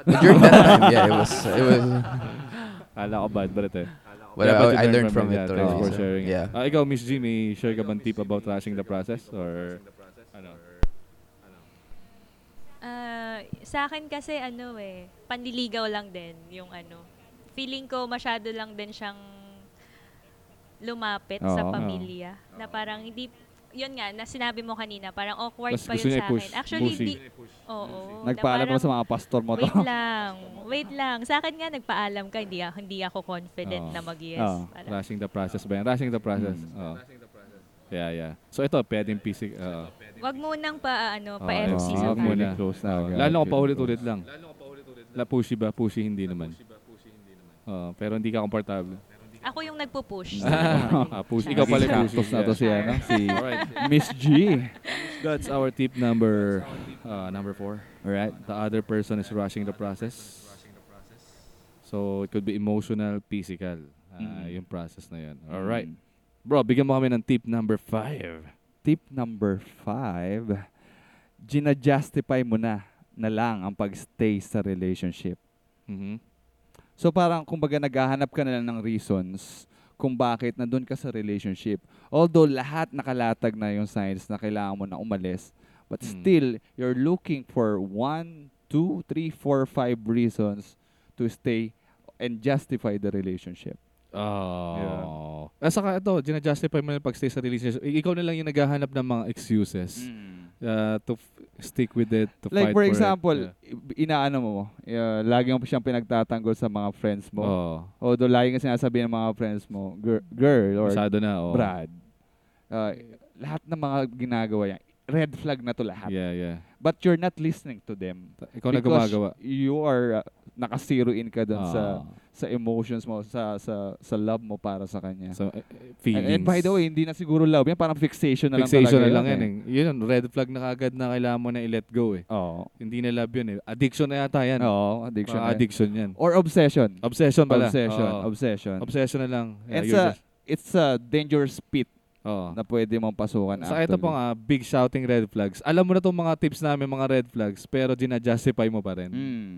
Speaker 4: <laughs> During that time, yeah, it was it was
Speaker 3: Ala ko bad breath eh.
Speaker 4: <laughs> what
Speaker 3: Yeah, but you
Speaker 4: I, I learned from
Speaker 3: yeah,
Speaker 4: it
Speaker 3: thanks
Speaker 4: already.
Speaker 3: for
Speaker 4: so,
Speaker 3: sharing. <laughs>
Speaker 4: yeah.
Speaker 3: Ah, ikaw, Miss G, may share ka bang tip about rushing the process? Or, ano?
Speaker 5: Ah, sa akin kasi ano eh, panliligaw lang din yung ano. Feeling ko masyado lang din siyang lumapit sa
Speaker 2: Oo.
Speaker 5: pamilya. Na parang hindi, yun nga, na sinabi mo kanina, parang awkward
Speaker 3: Tapos
Speaker 5: pa
Speaker 3: gusto
Speaker 5: yun
Speaker 3: niya
Speaker 5: sa
Speaker 3: i-push,
Speaker 5: akin. Actually,
Speaker 3: pussy.
Speaker 5: di, oo. na
Speaker 2: Nagpaalam
Speaker 5: parang-
Speaker 2: mo sa mga pastor mo to.
Speaker 5: Wait
Speaker 2: <laughs>
Speaker 5: lang. Wait lang. Sa akin nga, nagpaalam ka. Hindi, ako- hindi ako confident
Speaker 3: Oo.
Speaker 5: na mag-yes.
Speaker 2: Oo.
Speaker 5: Parang-
Speaker 3: Rushing the process ba yan? Rushing the process.
Speaker 4: Hmm.
Speaker 3: Oo. Yeah, yeah. So ito, pwedeng uh, pisik. oo.
Speaker 5: Wag mo nang pa, ano, pa
Speaker 3: Oo,
Speaker 5: MC
Speaker 3: oo,
Speaker 5: sa
Speaker 3: wag mo
Speaker 5: akin.
Speaker 3: na.
Speaker 2: Really Oh, close na agad.
Speaker 3: Lalo ko paulit-ulit lang. La pushy ba? Pushy hindi naman. Oo, pero hindi ka komportable.
Speaker 5: Ako yung
Speaker 3: <laughs>
Speaker 5: nagpo-push.
Speaker 3: Ah, push. Ikaw pala yung push.
Speaker 2: Kaktos na to si, ano, si
Speaker 3: Alright.
Speaker 2: Miss G.
Speaker 3: <laughs> That's our tip number uh, number four.
Speaker 2: Alright.
Speaker 3: The other person is rushing the process. So it could be emotional, physical. Ah,
Speaker 2: Mm.
Speaker 3: Yung process na yun.
Speaker 2: Mm-hmm.
Speaker 3: Alright. Bro, bigyan mo kami ng tip number five.
Speaker 2: Tip number five, gina-justify mo na na lang ang pagstay sa relationship.
Speaker 3: Mhm.
Speaker 2: So parang kumbaga naghahanap ka na lang ng reasons kung bakit nandun ka sa relationship. Although lahat nakalatag na yung signs na kailangan mo na umalis, but
Speaker 3: Mm.
Speaker 2: still, you're looking for one, two, three, four, five reasons to stay and justify the relationship.
Speaker 3: Oh. At saka ito, ginajustify mo na pagstay sa relationship. I- Ikaw na lang yung naghahanap ng mga excuses uh, to f- stick with it, to
Speaker 2: Mm. Like
Speaker 3: fight
Speaker 2: for
Speaker 3: it.
Speaker 2: example,
Speaker 3: Yeah.
Speaker 2: i- inaano mo, uh, lagi mo pa siyang pinagtatanggol sa mga friends mo.
Speaker 3: Oo.
Speaker 2: Although lagi nga sinasabi ng mga friends mo, girl, girl or
Speaker 3: Masyado na. oo.
Speaker 2: Brad, uh, lahat ng mga ginagawa niya, red flag na to lahat.
Speaker 3: Yeah, yeah.
Speaker 2: But you're not listening to them.
Speaker 3: Ta- Ikaw na gumagawa.
Speaker 2: you are, uh, naka-zero in ka dun sa,
Speaker 3: Ah.
Speaker 2: sa emotions mo, sa, sa, sa love mo para sa kanya.
Speaker 3: So, eh, eh,
Speaker 2: and,
Speaker 3: feelings.
Speaker 2: and by the way, hindi na siguro love. Yan parang fixation na
Speaker 3: fixation
Speaker 2: lang talaga.
Speaker 3: na lang yan. Eh. Yun, yun, red flag na kagad na kailangan mo na i-let go eh.
Speaker 2: Oo.
Speaker 3: Hindi na love yun eh. Addiction na yata yan.
Speaker 2: Oo, Oh, addiction.
Speaker 3: Addiction,
Speaker 2: na yan.
Speaker 3: addiction yan.
Speaker 2: Or obsession.
Speaker 3: Obsession pala.
Speaker 2: Obsession.
Speaker 3: Oo.
Speaker 2: Obsession.
Speaker 3: Obsession na lang. Yeah,
Speaker 2: It's
Speaker 3: you're
Speaker 2: a-
Speaker 3: just-
Speaker 2: It's a dangerous pit
Speaker 3: Oo.
Speaker 2: na pwede mong pasukan
Speaker 3: Sa ito
Speaker 2: actually.
Speaker 3: pa nga, big shouting red flags. Alam mo na itong mga tips namin, mga red flags, pero dinajustify mo pa rin.
Speaker 2: Mm.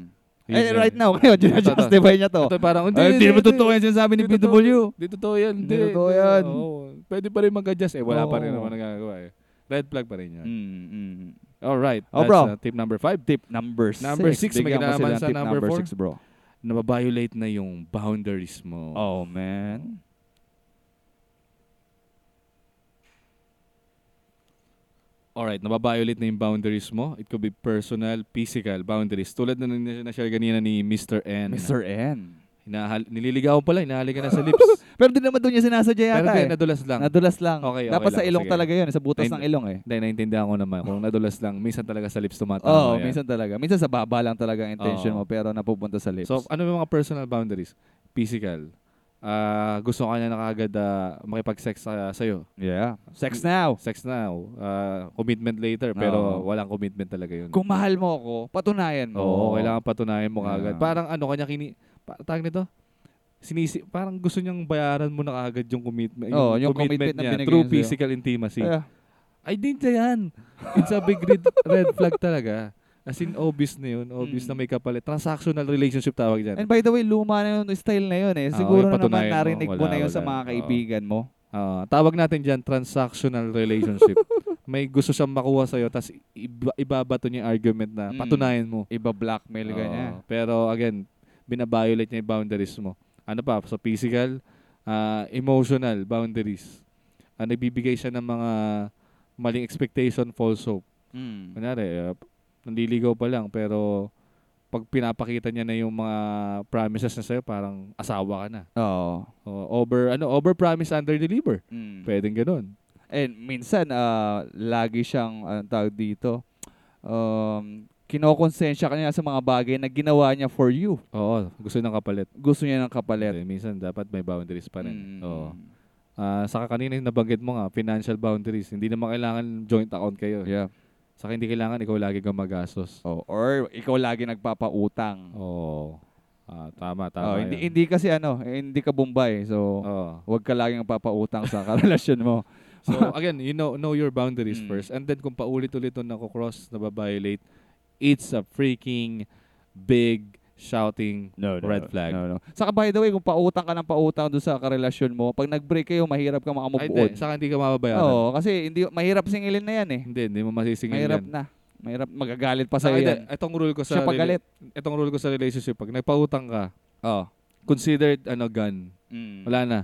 Speaker 3: Yun
Speaker 2: Eh,
Speaker 3: yun.
Speaker 2: right now, ngayon, justify niya to.
Speaker 3: Ito parang, hindi,
Speaker 2: Ay, Hindi naman totoo yung sinasabi ni
Speaker 3: Hindi totoo.
Speaker 2: PW.
Speaker 3: Hindi totoo yan. Hindi
Speaker 2: Hindi totoo yan.
Speaker 3: Oo. Pwede pa rin mag-adjust. Eh, wala pa rin
Speaker 2: Oo.
Speaker 3: naman nagagawa eh. Red flag pa rin yan.
Speaker 2: Mm-hmm.
Speaker 3: Alright.
Speaker 2: Oh,
Speaker 3: that's
Speaker 2: bro.
Speaker 3: uh, tip number five.
Speaker 2: Tip number six.
Speaker 3: Number six, may
Speaker 2: Bigyan mo
Speaker 3: kinalaman
Speaker 2: sila ng
Speaker 3: sa
Speaker 2: tip
Speaker 3: number four?
Speaker 2: six, bro.
Speaker 3: Nababiolate na yung boundaries mo.
Speaker 2: Oh, man.
Speaker 3: Alright, nababiolate na yung boundaries mo. It could be personal, physical boundaries. Tulad na na- na-share kanina ni Mr. N.
Speaker 2: Mr. N.
Speaker 3: Hinahal- nililigaw mo pala, hinahali
Speaker 2: <laughs>
Speaker 3: ka na sa lips.
Speaker 2: Pero di naman doon niya sinasadya
Speaker 3: Pero
Speaker 2: yata
Speaker 3: di,
Speaker 2: eh.
Speaker 3: nadulas lang.
Speaker 2: Nadulas lang.
Speaker 3: Okay, okay
Speaker 2: Dapat sa
Speaker 3: lang.
Speaker 2: ilong
Speaker 3: Sige.
Speaker 2: talaga yun. Sa butas
Speaker 3: Nine-
Speaker 2: ng ilong eh.
Speaker 3: Dahil naintindihan ko naman. Kung nadulas lang, minsan talaga sa lips tumatama.
Speaker 2: Oo, oh,
Speaker 3: yan.
Speaker 2: minsan talaga. Minsan sa baba lang talaga ang intention
Speaker 3: Ah,
Speaker 2: mo
Speaker 3: Oo.
Speaker 2: pero napupunta sa lips.
Speaker 3: So, ano yung mga personal boundaries? Physical. Ah, gusto ka niya na kagad ah, makipag-sex sa sa'yo.
Speaker 2: yeah. Sex now.
Speaker 3: Sex now. Ah, commitment later. Pero
Speaker 2: Oo.
Speaker 3: walang commitment talaga yun.
Speaker 2: Kung mahal mo ako, patunayan mo.
Speaker 3: Oo, kailangan patunayan mo kagad.
Speaker 2: Yeah.
Speaker 3: Parang ano, kanya kini... Pa, tawag nito? Sinisi, parang gusto niyang bayaran mo na kagad yung commitment.
Speaker 2: Oo, yung commitment na
Speaker 3: niya
Speaker 2: binigay
Speaker 3: through
Speaker 2: niya sa'yo.
Speaker 3: physical intimacy.
Speaker 2: Yeah.
Speaker 3: Ay, di na yan. It's a big red, red flag talaga. As in, obvious na yun. Obvious
Speaker 2: Mm.
Speaker 3: na may kapalit. Transactional relationship tawag dyan.
Speaker 2: And by the way, luma na yung style na yun eh.
Speaker 3: Ah,
Speaker 2: Siguro
Speaker 3: yung
Speaker 2: naman
Speaker 3: patunayan mo,
Speaker 2: narinig mo,
Speaker 3: wala,
Speaker 2: na yun sa
Speaker 3: wala.
Speaker 2: mga
Speaker 3: Oo.
Speaker 2: kaibigan mo.
Speaker 3: Ah, tawag natin dyan, transactional
Speaker 2: <laughs>
Speaker 3: relationship. may gusto siyang makuha sa'yo, tapos iba, ibabato niya yung argument na
Speaker 2: Mm.
Speaker 3: patunayan mo.
Speaker 2: Iba blackmail ka niya.
Speaker 3: Oo. pero again, binabiolate niya yung boundaries mo. Ano pa? So physical, ah, emotional boundaries. Ah, nagbibigay siya ng mga maling expectation, false hope.
Speaker 2: Mm.
Speaker 3: Kunyari, uh, nandiligaw pa lang, pero pag pinapakita niya na yung mga promises na sa'yo, parang asawa ka na.
Speaker 2: Oo.
Speaker 3: O, over, ano, over promise, under deliver.
Speaker 2: Mm.
Speaker 3: Pwedeng ganun.
Speaker 2: And minsan, ah, lagi siyang, anong tawag dito, um, kinokonsensya ka niya sa mga bagay na ginawa niya for you.
Speaker 3: Oo, gusto ng kapalit.
Speaker 2: Gusto niya ng kapalit.
Speaker 3: Hindi, Eh, minsan dapat may boundaries pa rin.
Speaker 2: Mm.
Speaker 3: Oo. Ah, saka kanina yung nabanggit mo nga, financial boundaries. Hindi naman kailangan joint account kayo.
Speaker 2: Yeah.
Speaker 3: Saka hindi kailangan ikaw lagi kang magastos.
Speaker 2: Oh, or ikaw lagi nagpapautang.
Speaker 3: Oo. Ah, tama,
Speaker 2: Oh,
Speaker 3: tama.
Speaker 2: hindi,
Speaker 3: yun.
Speaker 2: hindi kasi ano, eh, hindi ka Bombay. So,
Speaker 3: Oo.
Speaker 2: huwag ka laging papautang sa <laughs> karelasyon mo.
Speaker 3: <laughs> So again, you know know your boundaries
Speaker 2: Mm.
Speaker 3: first and then kung paulit-ulit 'tong nako-cross na violate it's a freaking big shouting
Speaker 2: No,
Speaker 3: Red flag.
Speaker 2: No, no. Saka by the way, kung pautang ka ng pautang doon sa karelasyon mo, pag nag-break kayo, mahirap ka makamove
Speaker 3: Ay,
Speaker 2: on.
Speaker 3: hindi, saka hindi ka mababayaran.
Speaker 2: Oo, kasi hindi mahirap singilin na yan eh.
Speaker 3: Hindi, hindi mo masisingil
Speaker 2: mahirap
Speaker 3: yan.
Speaker 2: na. Mahirap magagalit pa sa
Speaker 3: Saka hindi,
Speaker 2: yan.
Speaker 3: itong rule ko sa
Speaker 2: Siya
Speaker 3: rela-
Speaker 2: pagalit.
Speaker 3: itong rule ko sa relationship pag nagpautang ka,
Speaker 2: Oh.
Speaker 3: considered ano gun.
Speaker 2: Mm.
Speaker 3: Wala na.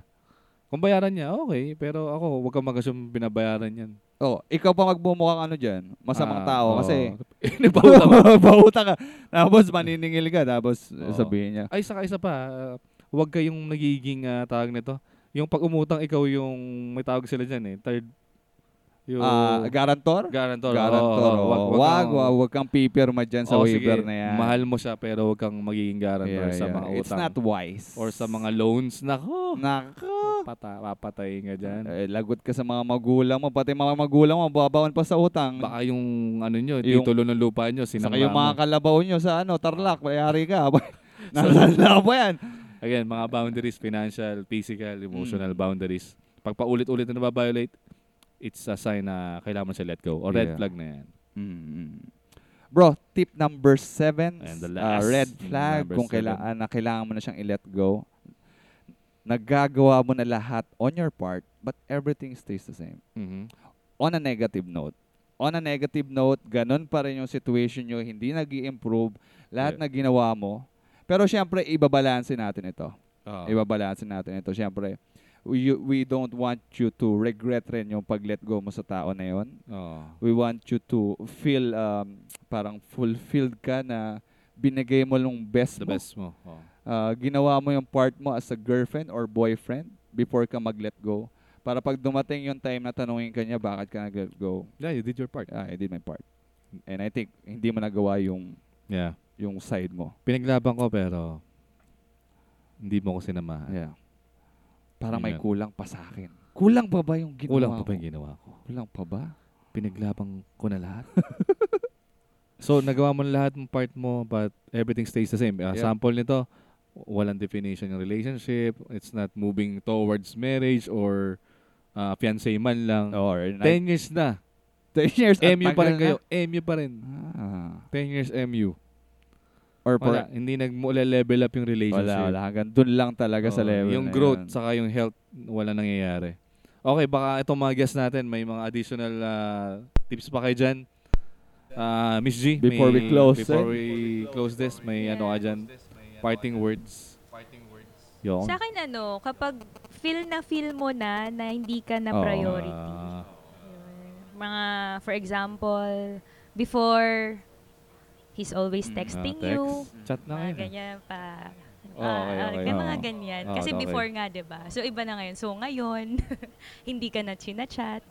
Speaker 3: Kung bayaran niya, okay. Pero ako, wag kang mag-assume binabayaran yan.
Speaker 2: Oh, ikaw pa magbumukhang ano diyan, masamang
Speaker 3: Ah,
Speaker 2: tao
Speaker 3: oo. <laughs>
Speaker 2: kasi
Speaker 3: Nagpautang.
Speaker 2: pautang ka. Tapos maniningil ka tapos eh,
Speaker 3: Oo.
Speaker 2: sabihin niya.
Speaker 3: Ay, saka isa pa, ah, wag kayong nagiging ah, tawag nito. Yung pag umutang, ikaw yung may tawag sila dyan eh. Third, yung
Speaker 2: Ah, garantor?
Speaker 3: guarantor.
Speaker 2: Garantor.
Speaker 3: Oo,
Speaker 2: Oh,
Speaker 3: oo, wag- wag
Speaker 2: wag,
Speaker 3: kang-
Speaker 2: wag, wag kang pipirma dyan sa
Speaker 3: Oo,
Speaker 2: waiver
Speaker 3: sige,
Speaker 2: na yan.
Speaker 3: Mahal mo siya pero wag kang magiging guarantor
Speaker 2: Yeah,
Speaker 3: sa
Speaker 2: yeah.
Speaker 3: mga
Speaker 2: It's
Speaker 3: utang.
Speaker 2: not wise.
Speaker 3: Or sa mga loans. Nako,
Speaker 2: Nako.
Speaker 3: pata, papatay nga dyan.
Speaker 2: Eh, lagot ka sa mga magulang mo, pati mga magulang mo, babawan pa sa utang.
Speaker 3: Baka yung ano nyo,
Speaker 2: Mm. Yung-
Speaker 3: titulo ng lupa nyo,
Speaker 2: Saka
Speaker 3: sinangla
Speaker 2: yung
Speaker 3: mo.
Speaker 2: mga kalabaw nyo sa ano, tarlak, mayari <laughs> ka. Nasala pa yan.
Speaker 3: Again, mga boundaries, financial, physical, emotional
Speaker 2: Mm.
Speaker 3: boundaries. Pag paulit-ulit na nababiolate, it's a sign na kailangan mo siya let go. O red
Speaker 2: Yeah.
Speaker 3: flag na yan.
Speaker 2: Mm. Bro, tip number seven,
Speaker 3: And the
Speaker 2: ah,
Speaker 3: last,
Speaker 2: red flag
Speaker 3: number
Speaker 2: kung
Speaker 3: seven.
Speaker 2: kailangan, na kailangan mo na siyang i-let go. Naggagawa mo na lahat on your part, but everything stays the same. On a negative note. On a negative note, ganun pa rin yung situation nyo, hindi nag improve lahat
Speaker 3: Yeah.
Speaker 2: na ginawa mo. Pero syempre, ibabalansin natin ito.
Speaker 3: Oo.
Speaker 2: Ibabalansin natin ito. Syempre, we, we don't want you to regret rin yung pag-let go mo sa tao na yon
Speaker 3: Oo.
Speaker 2: we want you to feel um, parang fulfilled ka na binigay mo yung best
Speaker 3: The
Speaker 2: mo.
Speaker 3: best mo. Oo.
Speaker 2: Ah, ginawa mo yung part mo as a girlfriend or boyfriend before ka mag-let go. Para pag dumating yung time na tanungin ka niya, bakit ka nag-let go?
Speaker 3: Yeah, you did your part.
Speaker 2: Ah, I did my part. And I think hindi mo nagawa yung
Speaker 3: Yeah.
Speaker 2: yung side mo.
Speaker 3: Pinaglaban ko pero hindi mo ko sinamahan.
Speaker 2: Yeah. Parang may
Speaker 3: Ah. Yun.
Speaker 2: kulang pa sa akin. Kulang pa ba yung ginawa
Speaker 3: Kulang pa
Speaker 2: ko?
Speaker 3: ba yung ginawa ko?
Speaker 2: Kulang pa ba?
Speaker 3: Pinaglaban ko na lahat. <laughs> so, nagawa mo na lahat ng part mo but everything stays the same. Uh,
Speaker 2: Yep.
Speaker 3: Sample nito, walang definition yung relationship. It's not moving towards marriage or uh, fiancé man lang.
Speaker 2: Or 10 <laughs>
Speaker 3: 10 years na.
Speaker 2: years Oh. at
Speaker 3: MU pa
Speaker 2: tagal
Speaker 3: rin
Speaker 2: na.
Speaker 3: kayo. MU pa rin.
Speaker 2: Ah.
Speaker 3: 10 years MU.
Speaker 2: Or
Speaker 3: Wala.
Speaker 2: per-
Speaker 3: Hindi nagmula-level up yung relationship.
Speaker 2: Wala, wala. Hanggang dun lang talaga sa
Speaker 3: Oo,
Speaker 2: level na
Speaker 3: Yung growth,
Speaker 2: yun.
Speaker 3: saka yung health, wala nangyayari. Okay, baka itong mga guests natin, may mga additional ah, tips pa kayo dyan. Ah, Miss G,
Speaker 2: Before we
Speaker 3: may-
Speaker 2: close eh. it.
Speaker 3: before we close this, may
Speaker 5: Yeah.
Speaker 3: ano ka dyan, parting words. Yung,
Speaker 5: Sa akin ano, kapag feel na feel mo na na hindi ka na
Speaker 2: Oo.
Speaker 5: priority.
Speaker 3: Ah, mm,
Speaker 5: Yun. Mga, for example, before, he's
Speaker 3: Mm,
Speaker 5: always texting you.
Speaker 3: ah, Chat na
Speaker 5: Mga
Speaker 3: ngayon. eh.
Speaker 5: ganyan pa.
Speaker 3: Oo,
Speaker 5: Ah,
Speaker 3: okay,
Speaker 5: ah,
Speaker 3: okay.
Speaker 5: may mga
Speaker 2: Oo.
Speaker 5: ganyan.
Speaker 3: Oo,
Speaker 5: Kasi
Speaker 3: okay.
Speaker 5: before nga, 'di ba? So iba na ngayon. So ngayon, <laughs> hindi ka na chinachat.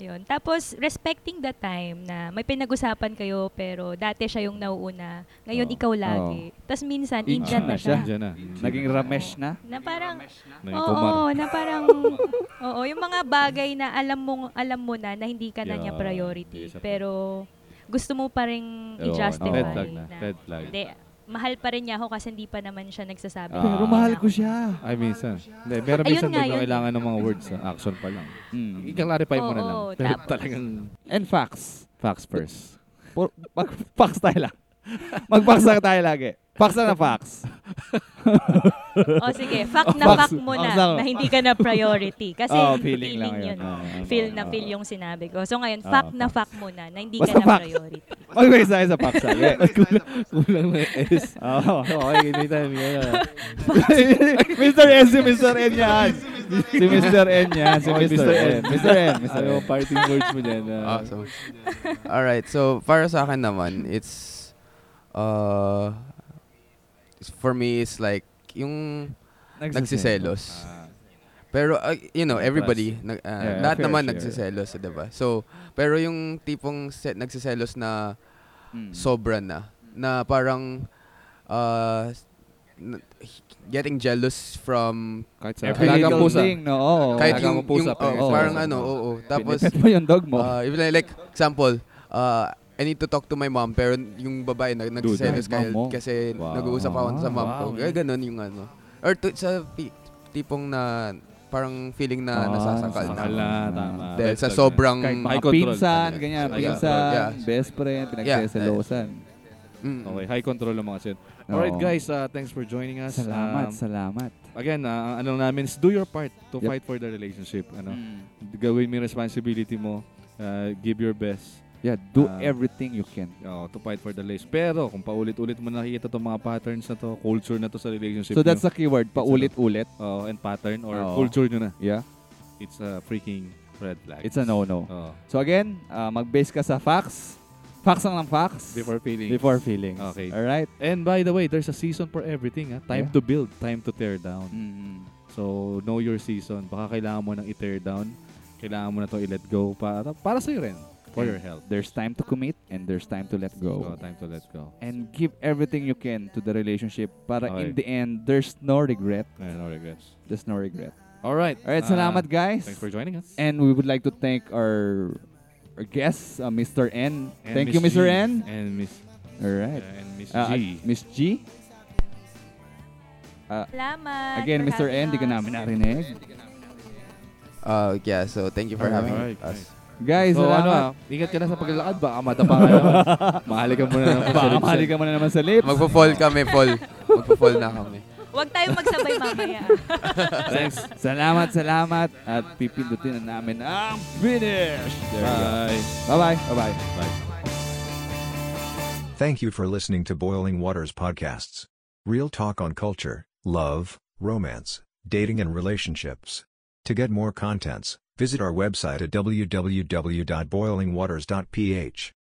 Speaker 5: Yun. Tapos, respecting the time na may pinag-usapan kayo pero dati siya yung nauuna. Ngayon,
Speaker 3: Oo.
Speaker 5: ikaw lagi. Tapos minsan,
Speaker 2: Inch
Speaker 5: indyan
Speaker 2: na
Speaker 5: na siya.
Speaker 3: Ah, Dyan na.
Speaker 2: Naging ramesh na?
Speaker 5: Na parang,
Speaker 3: Na yung
Speaker 5: oo,
Speaker 3: kumar.
Speaker 5: na parang, oo, yung mga bagay na alam mo, alam mo na na hindi ka na
Speaker 3: Yeah,
Speaker 5: niya
Speaker 3: hindi
Speaker 5: priority.
Speaker 3: siya-
Speaker 5: pero, gusto mo pa rin
Speaker 3: Oo,
Speaker 5: i-justify
Speaker 3: oh, Red flag na.
Speaker 5: na
Speaker 3: Red flag.
Speaker 5: hindi, mahal pa rin niya ako kasi hindi pa naman siya nagsasabi.
Speaker 3: Ah.
Speaker 2: Pero
Speaker 5: na-
Speaker 2: mahal ko siya.
Speaker 3: Ay, minsan. Hindi, pero
Speaker 5: Ayun
Speaker 3: minsan
Speaker 5: nga,
Speaker 3: din
Speaker 5: yun.
Speaker 3: kailangan ng mga words. ah, Action pa lang.
Speaker 2: Mm.
Speaker 3: I-clarify mo na
Speaker 5: Oo,
Speaker 3: lang.
Speaker 5: oo,
Speaker 3: Pero
Speaker 5: tapos-
Speaker 3: talagang
Speaker 2: And facts.
Speaker 3: facts
Speaker 2: <laughs>
Speaker 3: first.
Speaker 2: Por- Mag-facts tayo lang. Mag-facts lang tayo lagi. Facts na na facts.
Speaker 5: O sige, fact na
Speaker 2: Fax-
Speaker 5: fact mo na
Speaker 2: fax ako.
Speaker 5: na hindi ka na priority. Kasi
Speaker 2: Oo,
Speaker 5: feeling,
Speaker 2: Oh, feeling lang
Speaker 5: yun.
Speaker 2: yun. Ah, Oo,
Speaker 5: feel
Speaker 2: oo,
Speaker 5: na
Speaker 2: oo.
Speaker 5: feel yung sinabi ko. So ngayon,
Speaker 3: Oo,
Speaker 5: fact na fact mo na na hindi ka
Speaker 2: Basta
Speaker 5: na
Speaker 2: fax.
Speaker 5: priority.
Speaker 2: Mag-base tayo sa facts lagi.
Speaker 3: Kulang na <laughs> S.
Speaker 2: Oo.
Speaker 3: Okay, anytime.
Speaker 2: <laughs>
Speaker 3: Yeah.
Speaker 2: Mr. N, si Mr. N yan. Si Mr. N yan. Si
Speaker 3: Okay,
Speaker 2: Mr. N. Mr. N. Mr.
Speaker 3: Ano
Speaker 2: N.
Speaker 3: yung parting words mo dyan? ah?
Speaker 4: Awesome. All right. So para sa akin naman, it's uh it's- for me it's like yung nagsiselos.
Speaker 2: Ah.
Speaker 4: Pero uh, you know, everybody nag uh,
Speaker 2: Yeah,
Speaker 4: lahat
Speaker 2: fair
Speaker 4: naman eh, diba?
Speaker 2: share.
Speaker 4: nagsiselos, 'di ba? So pero yung tipong se- nagsiselos na
Speaker 2: Mm.
Speaker 4: sobra na. Na parang uh, n- getting jealous from
Speaker 3: Kahit sa
Speaker 2: Every
Speaker 3: alagang
Speaker 2: little
Speaker 3: pusa.
Speaker 2: thing, no? Oo. eh,
Speaker 4: kahit
Speaker 3: Alagang
Speaker 4: yung,
Speaker 3: pusa,
Speaker 4: yung
Speaker 3: parang
Speaker 4: oh,
Speaker 2: isa.
Speaker 4: parang
Speaker 2: Oo.
Speaker 4: ano, oo.
Speaker 2: <laughs>
Speaker 4: tapos
Speaker 2: Pinipet mo yung dog mo.
Speaker 4: uh, even like, like example, uh, I need to talk to my mom pero yung babae nag nagsiselos
Speaker 2: Dude,
Speaker 4: kahit
Speaker 2: mom mo.
Speaker 4: kasi
Speaker 2: Wow.
Speaker 4: nag-uusap ako sa mom ko.
Speaker 3: Wow.
Speaker 4: Kaya ganun yung ano. Or to, sa pi- tipong na parang feeling na
Speaker 2: Ah,
Speaker 4: nasasakal
Speaker 3: Sakal
Speaker 4: na.
Speaker 3: na, tama.
Speaker 4: Dahil sa
Speaker 3: Red flag na.
Speaker 4: sobrang
Speaker 2: kahit mga
Speaker 3: High control.
Speaker 2: pinsan,
Speaker 4: Ano,
Speaker 2: ganyan,
Speaker 4: high
Speaker 2: pinsan,
Speaker 4: control, mm. yeah.
Speaker 2: best friend, pinagseselosan.
Speaker 4: Mm.
Speaker 3: Okay, high control ang mga sin. Alright
Speaker 2: Oo.
Speaker 3: guys, uh, thanks for joining us.
Speaker 2: Salamat,
Speaker 3: Um,
Speaker 2: salamat.
Speaker 3: again, uh, ang ano lang namin is do your part to
Speaker 2: Yep. Mm.
Speaker 3: fight for the relationship. Ano? Gawin mo yung responsibility mo. Uh, give your best
Speaker 2: Yeah, do
Speaker 3: Ah.
Speaker 2: everything you can.
Speaker 3: uh, to fight for the relationship. Pero kung paulit-ulit mo nakikita itong mga patterns na to, culture na to sa relationship
Speaker 2: So that's
Speaker 3: nyo,
Speaker 2: the keyword, paulit-ulit.
Speaker 3: uh, and pattern or
Speaker 2: Oo.
Speaker 3: culture nyo na,
Speaker 2: Yeah,
Speaker 3: it's a freaking red flag. Oh.
Speaker 2: it's a no-no.
Speaker 3: Oo.
Speaker 2: So again, ah, mag-base ka sa facts. Facts lang ng facts.
Speaker 3: before feeling.
Speaker 2: Before feelings.
Speaker 3: Okay.
Speaker 2: Alright?
Speaker 3: And by the way, there's a season for everything. ah. Time
Speaker 2: Yeah.
Speaker 3: to build, time to tear down.
Speaker 2: Mm-hmm.
Speaker 3: So, know your season. Baka kailangan mo nang i-tear down. Kailangan mo na to i-let go para, para sa'yo rin. For your health.
Speaker 2: There's time to commit and there's time to let
Speaker 3: So,
Speaker 2: go.
Speaker 3: time to let go.
Speaker 2: And give everything you can to the relationship para in
Speaker 3: Okay.
Speaker 2: the end, there's no regret.
Speaker 3: Ayan, no regrets.
Speaker 2: There's no regret.
Speaker 3: Alright.
Speaker 2: Alright,
Speaker 3: Ah,
Speaker 2: salamat guys.
Speaker 3: Thanks for joining us.
Speaker 2: And we would like to thank our, our guests, uh, Mr. N.
Speaker 3: And
Speaker 2: Thank
Speaker 3: Miss
Speaker 2: you, Mr.
Speaker 3: G.
Speaker 2: N.
Speaker 3: And Miss,
Speaker 2: All
Speaker 3: uh,
Speaker 2: right.
Speaker 3: and Miss
Speaker 2: Uh,
Speaker 3: G.
Speaker 2: Miss G.
Speaker 5: Salamat.
Speaker 2: Again,
Speaker 5: for
Speaker 2: Mr. N,
Speaker 5: having
Speaker 2: di ka
Speaker 5: us.
Speaker 2: namin narinig.
Speaker 4: Uh, yeah, so thank you for having
Speaker 3: Alright,
Speaker 4: us.
Speaker 2: Guys,
Speaker 3: So, ano, ah,
Speaker 2: salamat.
Speaker 3: ingat ka na sa paglalakad. Baka madapa ka
Speaker 2: <laughs>
Speaker 3: naman. Mahali ka muna naman sa
Speaker 2: Baka
Speaker 3: lips.
Speaker 2: mahali ka muna naman sa lips.
Speaker 4: Magpo-fall kami,
Speaker 3: <laughs>
Speaker 4: fall. Magpo-fall na kami.
Speaker 5: Huwag tayong magsabay mamaya.
Speaker 3: Thanks.
Speaker 2: Salamat, salamat. At pipindutin na namin ang finish. There you go.
Speaker 3: Bye.
Speaker 2: Bye-bye. Bye-bye.
Speaker 3: Bye.
Speaker 6: Thank you for listening to Boiling Waters Podcasts. Real talk on culture, love, romance, dating, and relationships. To get more contents, visit our website at www.boilingwaters.ph.